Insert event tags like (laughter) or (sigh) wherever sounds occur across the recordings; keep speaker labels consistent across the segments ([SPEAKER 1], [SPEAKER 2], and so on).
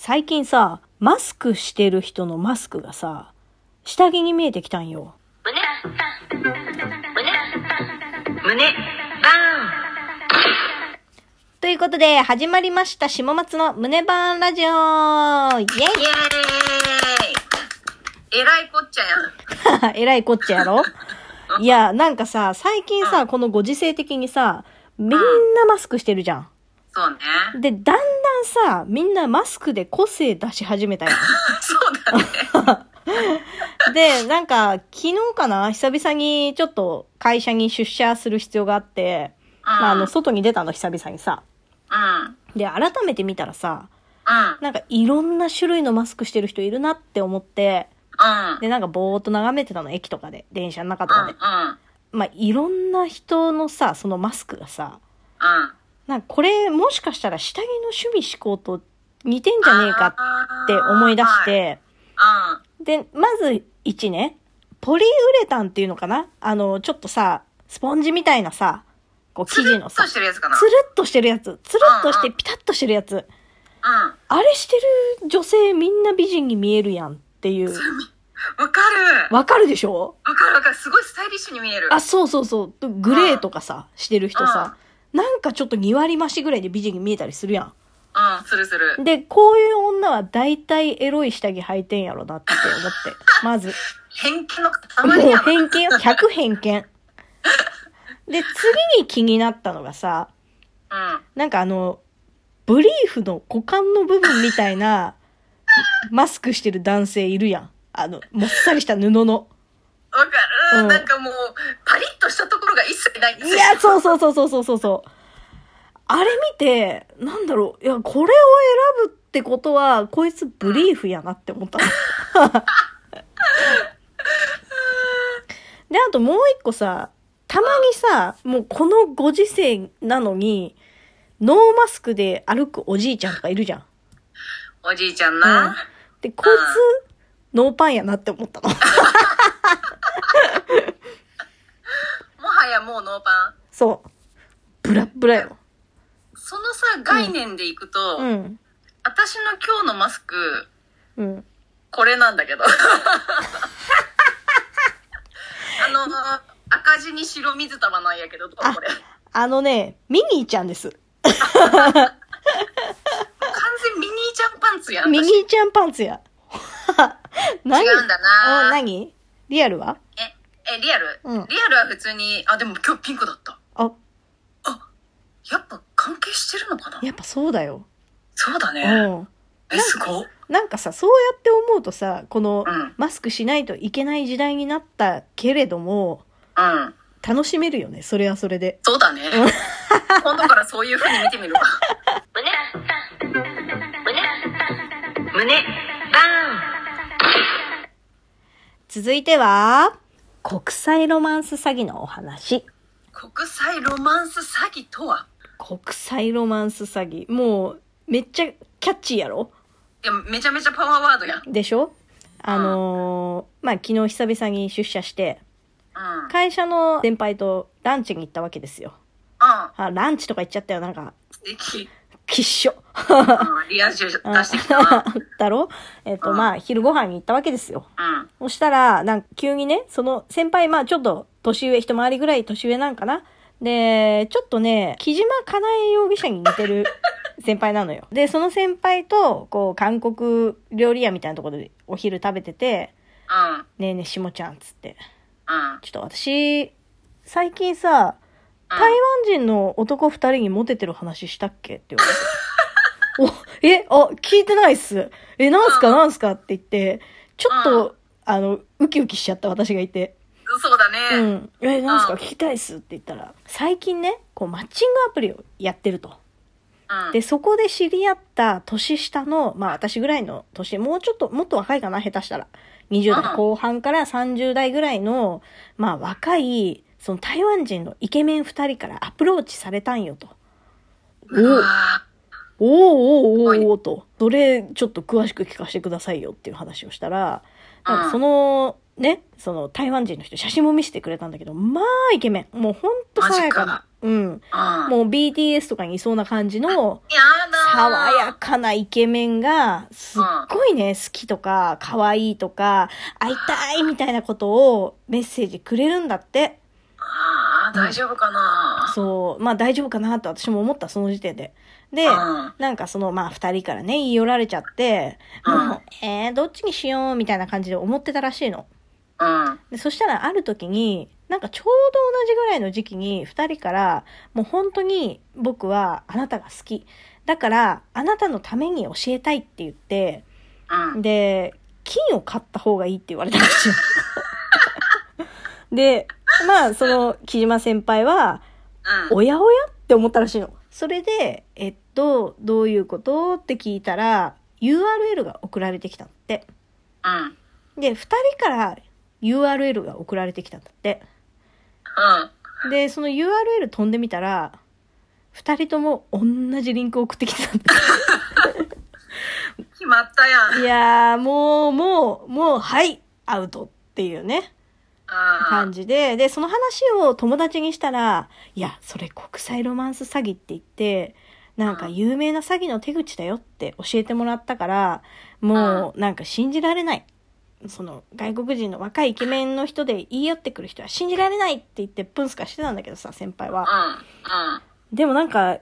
[SPEAKER 1] 最近さ、マスクしてる人のマスクがさ、下着に見えてきたんよ。
[SPEAKER 2] 胸胸バーン
[SPEAKER 1] ということで、始まりました、下松の胸バーンラジオイ
[SPEAKER 2] イエーイえらいこっちゃや
[SPEAKER 1] ェイ (laughs) えらいこっちゃや (laughs) ろいや、なんかさ、最近さ、このご時世的にさ、みんなマスクしてるじゃん。
[SPEAKER 2] そうね (laughs)
[SPEAKER 1] で、だんだんさ、みんなマスクで個性出し始め (laughs) たよ。
[SPEAKER 2] そうだね
[SPEAKER 1] で、なんか、昨日かな久々にちょっと会社に出社する必要があって、 (laughs) まあ、あの、外に出たの久々にさ。
[SPEAKER 2] うん
[SPEAKER 1] で、改めて見たらさ、
[SPEAKER 2] うん
[SPEAKER 1] なんかいろんな種類のマスクしてる人いるなって思って、
[SPEAKER 2] うん
[SPEAKER 1] で、なんかぼーっと眺めてたの、駅とかで、電車の中と
[SPEAKER 2] う
[SPEAKER 1] かで
[SPEAKER 2] んうん。うん
[SPEAKER 1] まあ、いろんな人のさ、そのマスクがさ、なんかこれもしかしたら下着の趣味思考と似てんじゃねえかって思い出して、
[SPEAKER 2] あ
[SPEAKER 1] で、まず1ね、ポリウレタンっていうのかなあの、ちょっとさ、スポンジみたいなさ、こう
[SPEAKER 2] ーう
[SPEAKER 1] 生
[SPEAKER 2] ん
[SPEAKER 1] 地の
[SPEAKER 2] つる
[SPEAKER 1] さ、
[SPEAKER 2] っと
[SPEAKER 1] つ
[SPEAKER 2] してるやつか
[SPEAKER 1] る
[SPEAKER 2] な
[SPEAKER 1] っとしてるやつ、つるっとして
[SPEAKER 2] うん
[SPEAKER 1] ピタッとしてるやつ。
[SPEAKER 2] うん
[SPEAKER 1] あれしてる女性みんな美人に見えるやんっていう。
[SPEAKER 2] わかる
[SPEAKER 1] わかるでしょ
[SPEAKER 2] わかるわかるすごいスタイリッシュに見える
[SPEAKER 1] あ、そうそうそう。グレーとかさ、してる人さ、なんかちょっと2割増しぐらいで美人に見えたりするや
[SPEAKER 2] うんするする
[SPEAKER 1] ん。で、こういう女は大体エロい下着履いてんやろなって思って。まず。
[SPEAKER 2] 偏見の
[SPEAKER 1] も
[SPEAKER 2] 塊
[SPEAKER 1] う
[SPEAKER 2] やな
[SPEAKER 1] 偏見よ。100偏見。で、次に気になったのがさ、
[SPEAKER 2] うん
[SPEAKER 1] なんかあの、ブリーフの股間の部分みたいな、マスクしてる男性いるやん。あの、もっさりした布の。
[SPEAKER 2] わかる、
[SPEAKER 1] うん
[SPEAKER 2] なんかもう、パリッとしたところが一切ないんで
[SPEAKER 1] い
[SPEAKER 2] すよ。
[SPEAKER 1] や、そうそうそうそうそうそうそう。あれ見て、なんだろう、いや、これを選ぶってことは、こいつブリーフやなって思ったの。で、あともう一個さ、たまにさ、もうこのご時世なのに、ノーマスクで歩くおじいちゃんとかいるじゃん。
[SPEAKER 2] おじいちゃんな。
[SPEAKER 1] うんで、こいつ、ノーパンやなって思ったの。
[SPEAKER 2] もはやもうノーパン。
[SPEAKER 1] そう。ブラッブラよ。
[SPEAKER 2] そのさ、概念でいくと、
[SPEAKER 1] うん。
[SPEAKER 2] 私の今日のマスク、
[SPEAKER 1] うん。
[SPEAKER 2] これなんだ
[SPEAKER 1] (laughs)
[SPEAKER 2] けど。あの、赤字に白水玉なんやけど、どうこれ。
[SPEAKER 1] あのね、ミニーちゃんです。
[SPEAKER 2] 完全ミニーちゃんパンツやん。
[SPEAKER 1] ミニ
[SPEAKER 2] 私
[SPEAKER 1] ーちゃんパンツや。 (laughs) 何
[SPEAKER 2] 違うんだ
[SPEAKER 1] お
[SPEAKER 2] な
[SPEAKER 1] 何リアルは
[SPEAKER 2] え、え、リアル、
[SPEAKER 1] うん
[SPEAKER 2] リアルは普通に、あ、でも今日ピンクだった。
[SPEAKER 1] あ、
[SPEAKER 2] やっぱ関係してるのかな
[SPEAKER 1] やっぱそうだよ。
[SPEAKER 2] そうだ
[SPEAKER 1] う
[SPEAKER 2] ね。
[SPEAKER 1] ん。
[SPEAKER 2] え、すごっ
[SPEAKER 1] なんかさ、そうやって思うとさ、この
[SPEAKER 2] うん
[SPEAKER 1] マスクしないといけない時代になったけれども、
[SPEAKER 2] うん。
[SPEAKER 1] 楽しめるよね、それはそれで。
[SPEAKER 2] そうだね。今度からそういう風に見てみるわ。胸、胸、胸、バ
[SPEAKER 1] 続いては、国際ロマンス詐欺のお話。
[SPEAKER 2] ーン国際ロマンス詐欺とは
[SPEAKER 1] 国際ロマンス詐欺。もう、めっちゃキャッチーやろ
[SPEAKER 2] いや、めちゃめちゃパワーワードやん。
[SPEAKER 1] でしょあのーまあ、昨日久々に出社して、
[SPEAKER 2] うん。うん。
[SPEAKER 1] 会社の先輩とランチに行ったわけですよ。あ、ランチとか行っちゃったよ。なんか、
[SPEAKER 2] 素敵。
[SPEAKER 1] きっしょ。
[SPEAKER 2] うん、リア充出してきたな。
[SPEAKER 1] だろえっ、と、
[SPEAKER 2] うん
[SPEAKER 1] まあ、昼ご飯に行ったわけですよ。
[SPEAKER 2] うん。
[SPEAKER 1] そしたら、なんか急にね、その先輩、まあちょっと年上、一回りぐらい年上なんかな。で、ちょっとね、木島かなえ容疑者に似て
[SPEAKER 2] (laughs)
[SPEAKER 1] る先輩なのよ。で、その先輩と、こう、韓国料理屋みたいなところでお昼食べてて、
[SPEAKER 2] うん。
[SPEAKER 1] ねえねえ、しもちゃん、つって。
[SPEAKER 2] うん。
[SPEAKER 1] ちょっと私、最近さ、台湾人の男二人にモテてる話したっけって言わ
[SPEAKER 2] (laughs)
[SPEAKER 1] れて。お、え、あ、聞いてないっす。え、なんすか
[SPEAKER 2] うん
[SPEAKER 1] なんすかって言って、ちょっ
[SPEAKER 2] う
[SPEAKER 1] と、あの、ウキウキしちゃった私がいて。
[SPEAKER 2] うん。そうだ
[SPEAKER 1] う
[SPEAKER 2] ね。
[SPEAKER 1] ん。え、なんすか
[SPEAKER 2] うん
[SPEAKER 1] 聞きたいっすって言ったら、最近ね、こう、マッチングアプリをやってると。
[SPEAKER 2] うん。
[SPEAKER 1] で、そこで知り合った年下の、まあ私ぐらいの年、もうちょっと、もっと若いかな、下手したら。20代後半から30代ぐらいの、まあ若い、その台湾人のイケメン2人からアプローチされたんよと。
[SPEAKER 2] うわ
[SPEAKER 1] おーおーおーおーと、それちょっと詳しく聞かせてくださいよっていう話をしたら、なんかその、ね、その台湾人の人写真も見せてくれたんだけど、まあイケメン。もうほんと爽やかな。うん。
[SPEAKER 2] うん。
[SPEAKER 1] もう BTS とかにいそうな感じの、
[SPEAKER 2] やだー。
[SPEAKER 1] 爽やかなイケメンが、すっごいね、好きとか、可愛いとか、会いたいみたいなことをメッセージくれるんだって。
[SPEAKER 2] ああ、大丈夫かな。
[SPEAKER 1] そう、まあ大丈夫かなと私も思った、その時点で。で、
[SPEAKER 2] うん
[SPEAKER 1] なんかその、まあ二人からね、言い寄られちゃって、
[SPEAKER 2] うん
[SPEAKER 1] もうえー、どっちにしようみたいな感じで思ってたらしいの。
[SPEAKER 2] うん。
[SPEAKER 1] でそしたらある時に、なんかちょうど同じぐらいの時期に二人から、もう本当に僕はあなたが好き。だから、あなたのために教えたいって言って、
[SPEAKER 2] うん。
[SPEAKER 1] で、金を買った方がいいって言われたんですよ。で、まあその、木島先輩は、
[SPEAKER 2] うん。
[SPEAKER 1] おやおやって思ったらしいの。それで、えっと、どういうことって聞いたら、URL が送られてきたんだって。
[SPEAKER 2] うん。うん。
[SPEAKER 1] で、二人から URL が送られてきたんだって。で、その URL 飛んでみたら、二人とも同じリンクを送ってきてたんだっ
[SPEAKER 2] 決まったやん。
[SPEAKER 1] て。いやー、もう、もう、もう、はい、アウトっていうね、
[SPEAKER 2] あ
[SPEAKER 1] 感じで。で、その話を友達にしたら、いや、それ国際ロマンス詐欺って言って、なんか有名な詐欺の手口だよって教えてもらったから、もうなんか信じられない。その外国人の若いイケメンの人で言い寄ってくる人は信じられないって言ってプンスカしてたんだけどさ、先輩は。
[SPEAKER 2] あ。
[SPEAKER 1] でもなんか、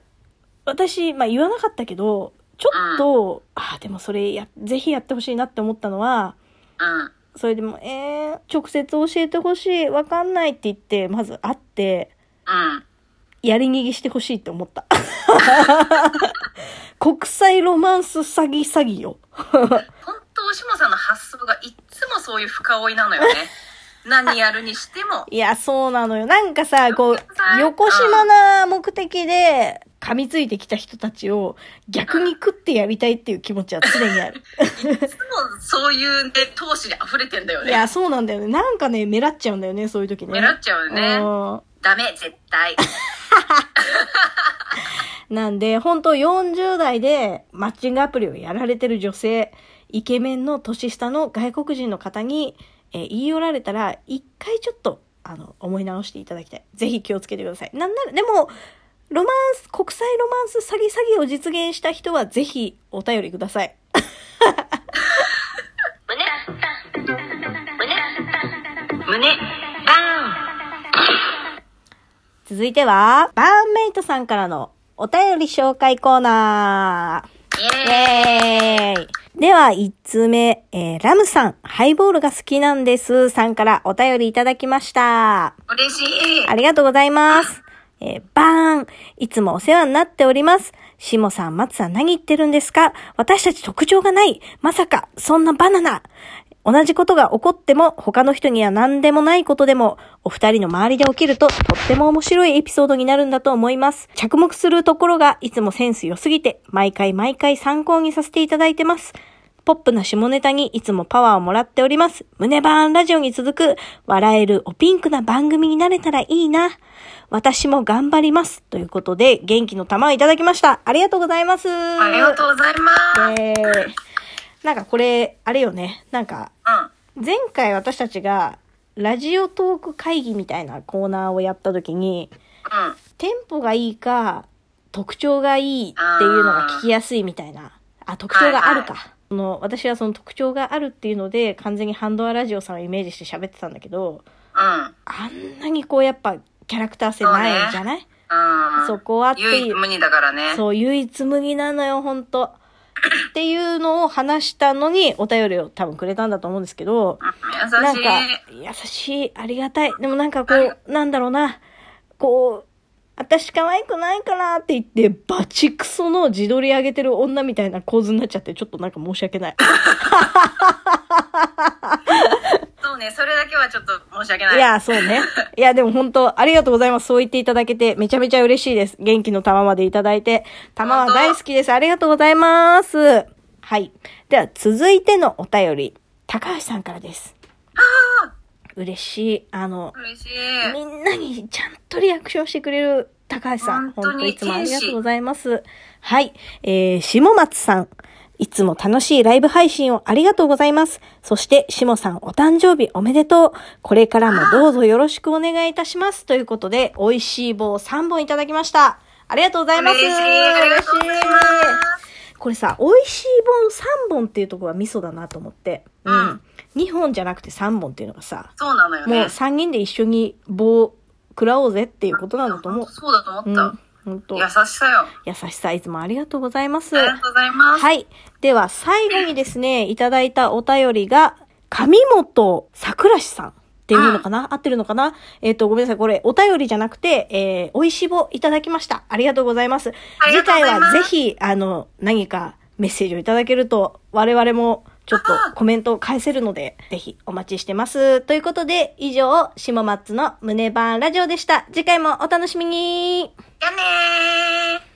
[SPEAKER 1] 私、まあ言わなかったけど、ちょっと、ああ、でもそれや、ぜひやってほしいなって思ったのは、
[SPEAKER 2] うん。うん。うん。
[SPEAKER 1] それでも、えー、直接教えてほしい、わかんないって言って、まず会って、
[SPEAKER 2] うん。
[SPEAKER 1] やり逃げしてほしいって思った。 (laughs) 国際ロマンス詐欺詐欺よ。
[SPEAKER 2] 本当、おしもさんの発想がいっつもそういう深追いなの
[SPEAKER 1] (laughs)
[SPEAKER 2] よね。何やるにしても。
[SPEAKER 1] いや、そうなのよ。なんかさ、こう
[SPEAKER 2] さ、
[SPEAKER 1] 横島な目的で噛みついてきた人たちを逆に食ってやりたいっていう気持ちは常にあ
[SPEAKER 2] (laughs)
[SPEAKER 1] る。
[SPEAKER 2] いつもそういうね、闘志で溢れてんだよ
[SPEAKER 1] い
[SPEAKER 2] ね。
[SPEAKER 1] や、そうなんだよね。なんかね、目立っちゃうんだよね、そういう時ね。
[SPEAKER 2] 目立っちゃうよね。
[SPEAKER 1] ね。
[SPEAKER 2] ダメ、絶対。
[SPEAKER 1] なんで、本当40代でマッチングアプリをやられてる女性、イケメンの年下の外国人の方に、えー言い寄られたら、一回ちょっと、あの、思い直していただきたい。ぜひ気をつけてください。なんなら、でも、ロマンス、国際ロマンス詐欺詐欺を実現した人は、ぜひお便りください。
[SPEAKER 2] 胸、胸、胸、バーン。
[SPEAKER 1] 続いては、バーンメイトさんからのお便り紹介コーナー。
[SPEAKER 2] イ
[SPEAKER 1] イ
[SPEAKER 2] エーイ。
[SPEAKER 1] エーイでは、1通目、えーラムさん、ハイボールが好きなんです、さんからお便りいただきました。
[SPEAKER 2] 嬉しい。
[SPEAKER 1] ありがとうございます。えーバーンいつもお世話になっております。しもさん、松さん、何言ってるんですか私たち特徴がない。まさか、そんなバナナ。同じことが起こっても、他の人には何でもないことでも、お二人の周りで起きると、とっても面白いエピソードになるんだと思います。着目するところが、いつもセンス良すぎて、毎回毎回参考にさせていただいてます。ポップな下ネタにいつもパワーをもらっております。胸バーンラジオに続く、笑えるおピンクな番組になれたらいいな。私も頑張ります。ということで、元気の玉をいただきました。ありがとうございます。
[SPEAKER 2] ありがとうございます。
[SPEAKER 1] えーなんかこれ、あれよね。なんか、
[SPEAKER 2] うん。
[SPEAKER 1] 前回私たちが、ラジオトーク会議みたいなコーナーをやった時に、
[SPEAKER 2] うん。
[SPEAKER 1] テンポがいいか、特徴がいいっていうのが聞きやすいみたいな。あ、特徴があるか。
[SPEAKER 2] は
[SPEAKER 1] その私はその特徴があるっていうので、完全にハンドアラジオさんをイメージして喋ってたんだけど、
[SPEAKER 2] うん。
[SPEAKER 1] あんなにこうやっぱキャラクター性ないじゃない
[SPEAKER 2] うん。
[SPEAKER 1] そこはって
[SPEAKER 2] 唯
[SPEAKER 1] い
[SPEAKER 2] 一
[SPEAKER 1] う。
[SPEAKER 2] 無二だからね。
[SPEAKER 1] そう、唯一無二なのよ、ほんと。っていうのを話したのに、お便りを多分くれたんだと思うんですけど、
[SPEAKER 2] 優
[SPEAKER 1] なん
[SPEAKER 2] しい。
[SPEAKER 1] か、優しい、ありがたい。でもなんかこう、なんだろうな、こう、私可愛くないからって言って、バチクソの自撮り上げてる女みたいな構図になっちゃって、ちょっとなんか申し訳ない。
[SPEAKER 2] そうね、それだけはちょっと申し訳ない。
[SPEAKER 1] いや、そうね。いや、でも本当、ありがとうございます。そう言っていただけて、めちゃめちゃ嬉しいです。元気の玉までいただいて。玉は大好きです。ありがとうございます。はい。では、続いてのお便り、高橋さんからです。嬉しい。あの、
[SPEAKER 2] 嬉しい。
[SPEAKER 1] みんなにちゃんとリアクションしてくれる高橋さん。本
[SPEAKER 2] 本当
[SPEAKER 1] 当
[SPEAKER 2] に
[SPEAKER 1] いつもありがとうございます。はい。えー、下松さん。いつも楽しいライブ配信をありがとうございます。そして、下さんお誕生日おめでとう。これからもどうぞよろしくお願いいたします。ということで、美味しい棒3本いただきました。ありがとうございます。
[SPEAKER 2] 嬉しい。ありがとうございます。
[SPEAKER 1] これさ、美味しい本3本っていうところはミソだなと思って。
[SPEAKER 2] うん。
[SPEAKER 1] 2本じゃなくて3本っていうのがさ、
[SPEAKER 2] そうなのよ
[SPEAKER 1] もう
[SPEAKER 2] ね。
[SPEAKER 1] 3人で一緒に棒食らおうぜっていうことなのと思う。
[SPEAKER 2] そうだと思
[SPEAKER 1] う
[SPEAKER 2] っ
[SPEAKER 1] ん。
[SPEAKER 2] た。
[SPEAKER 1] 本当
[SPEAKER 2] 優しさよ。あ
[SPEAKER 1] 優しさいつもありがとうございます。
[SPEAKER 2] りがとうございます。
[SPEAKER 1] はい。では、最後にですね、いただいたお便りが、上本桜志さんっていうのかな合ってるのかなえっ、と、ごめんなさい。これ、お便りじゃなくて、えー、おいしぼいただきました。ありがとうございます。
[SPEAKER 2] あり
[SPEAKER 1] 次
[SPEAKER 2] がとうご
[SPEAKER 1] 回
[SPEAKER 2] ざいます
[SPEAKER 1] はぜひ、あの、何かメッセージをいただけると、我々もちょっとコメントを返せるので、ぜひお待ちしてます。ということで、以上、下松の胸バーンラジオでした。次回もお楽しみに
[SPEAKER 2] じゃあねー。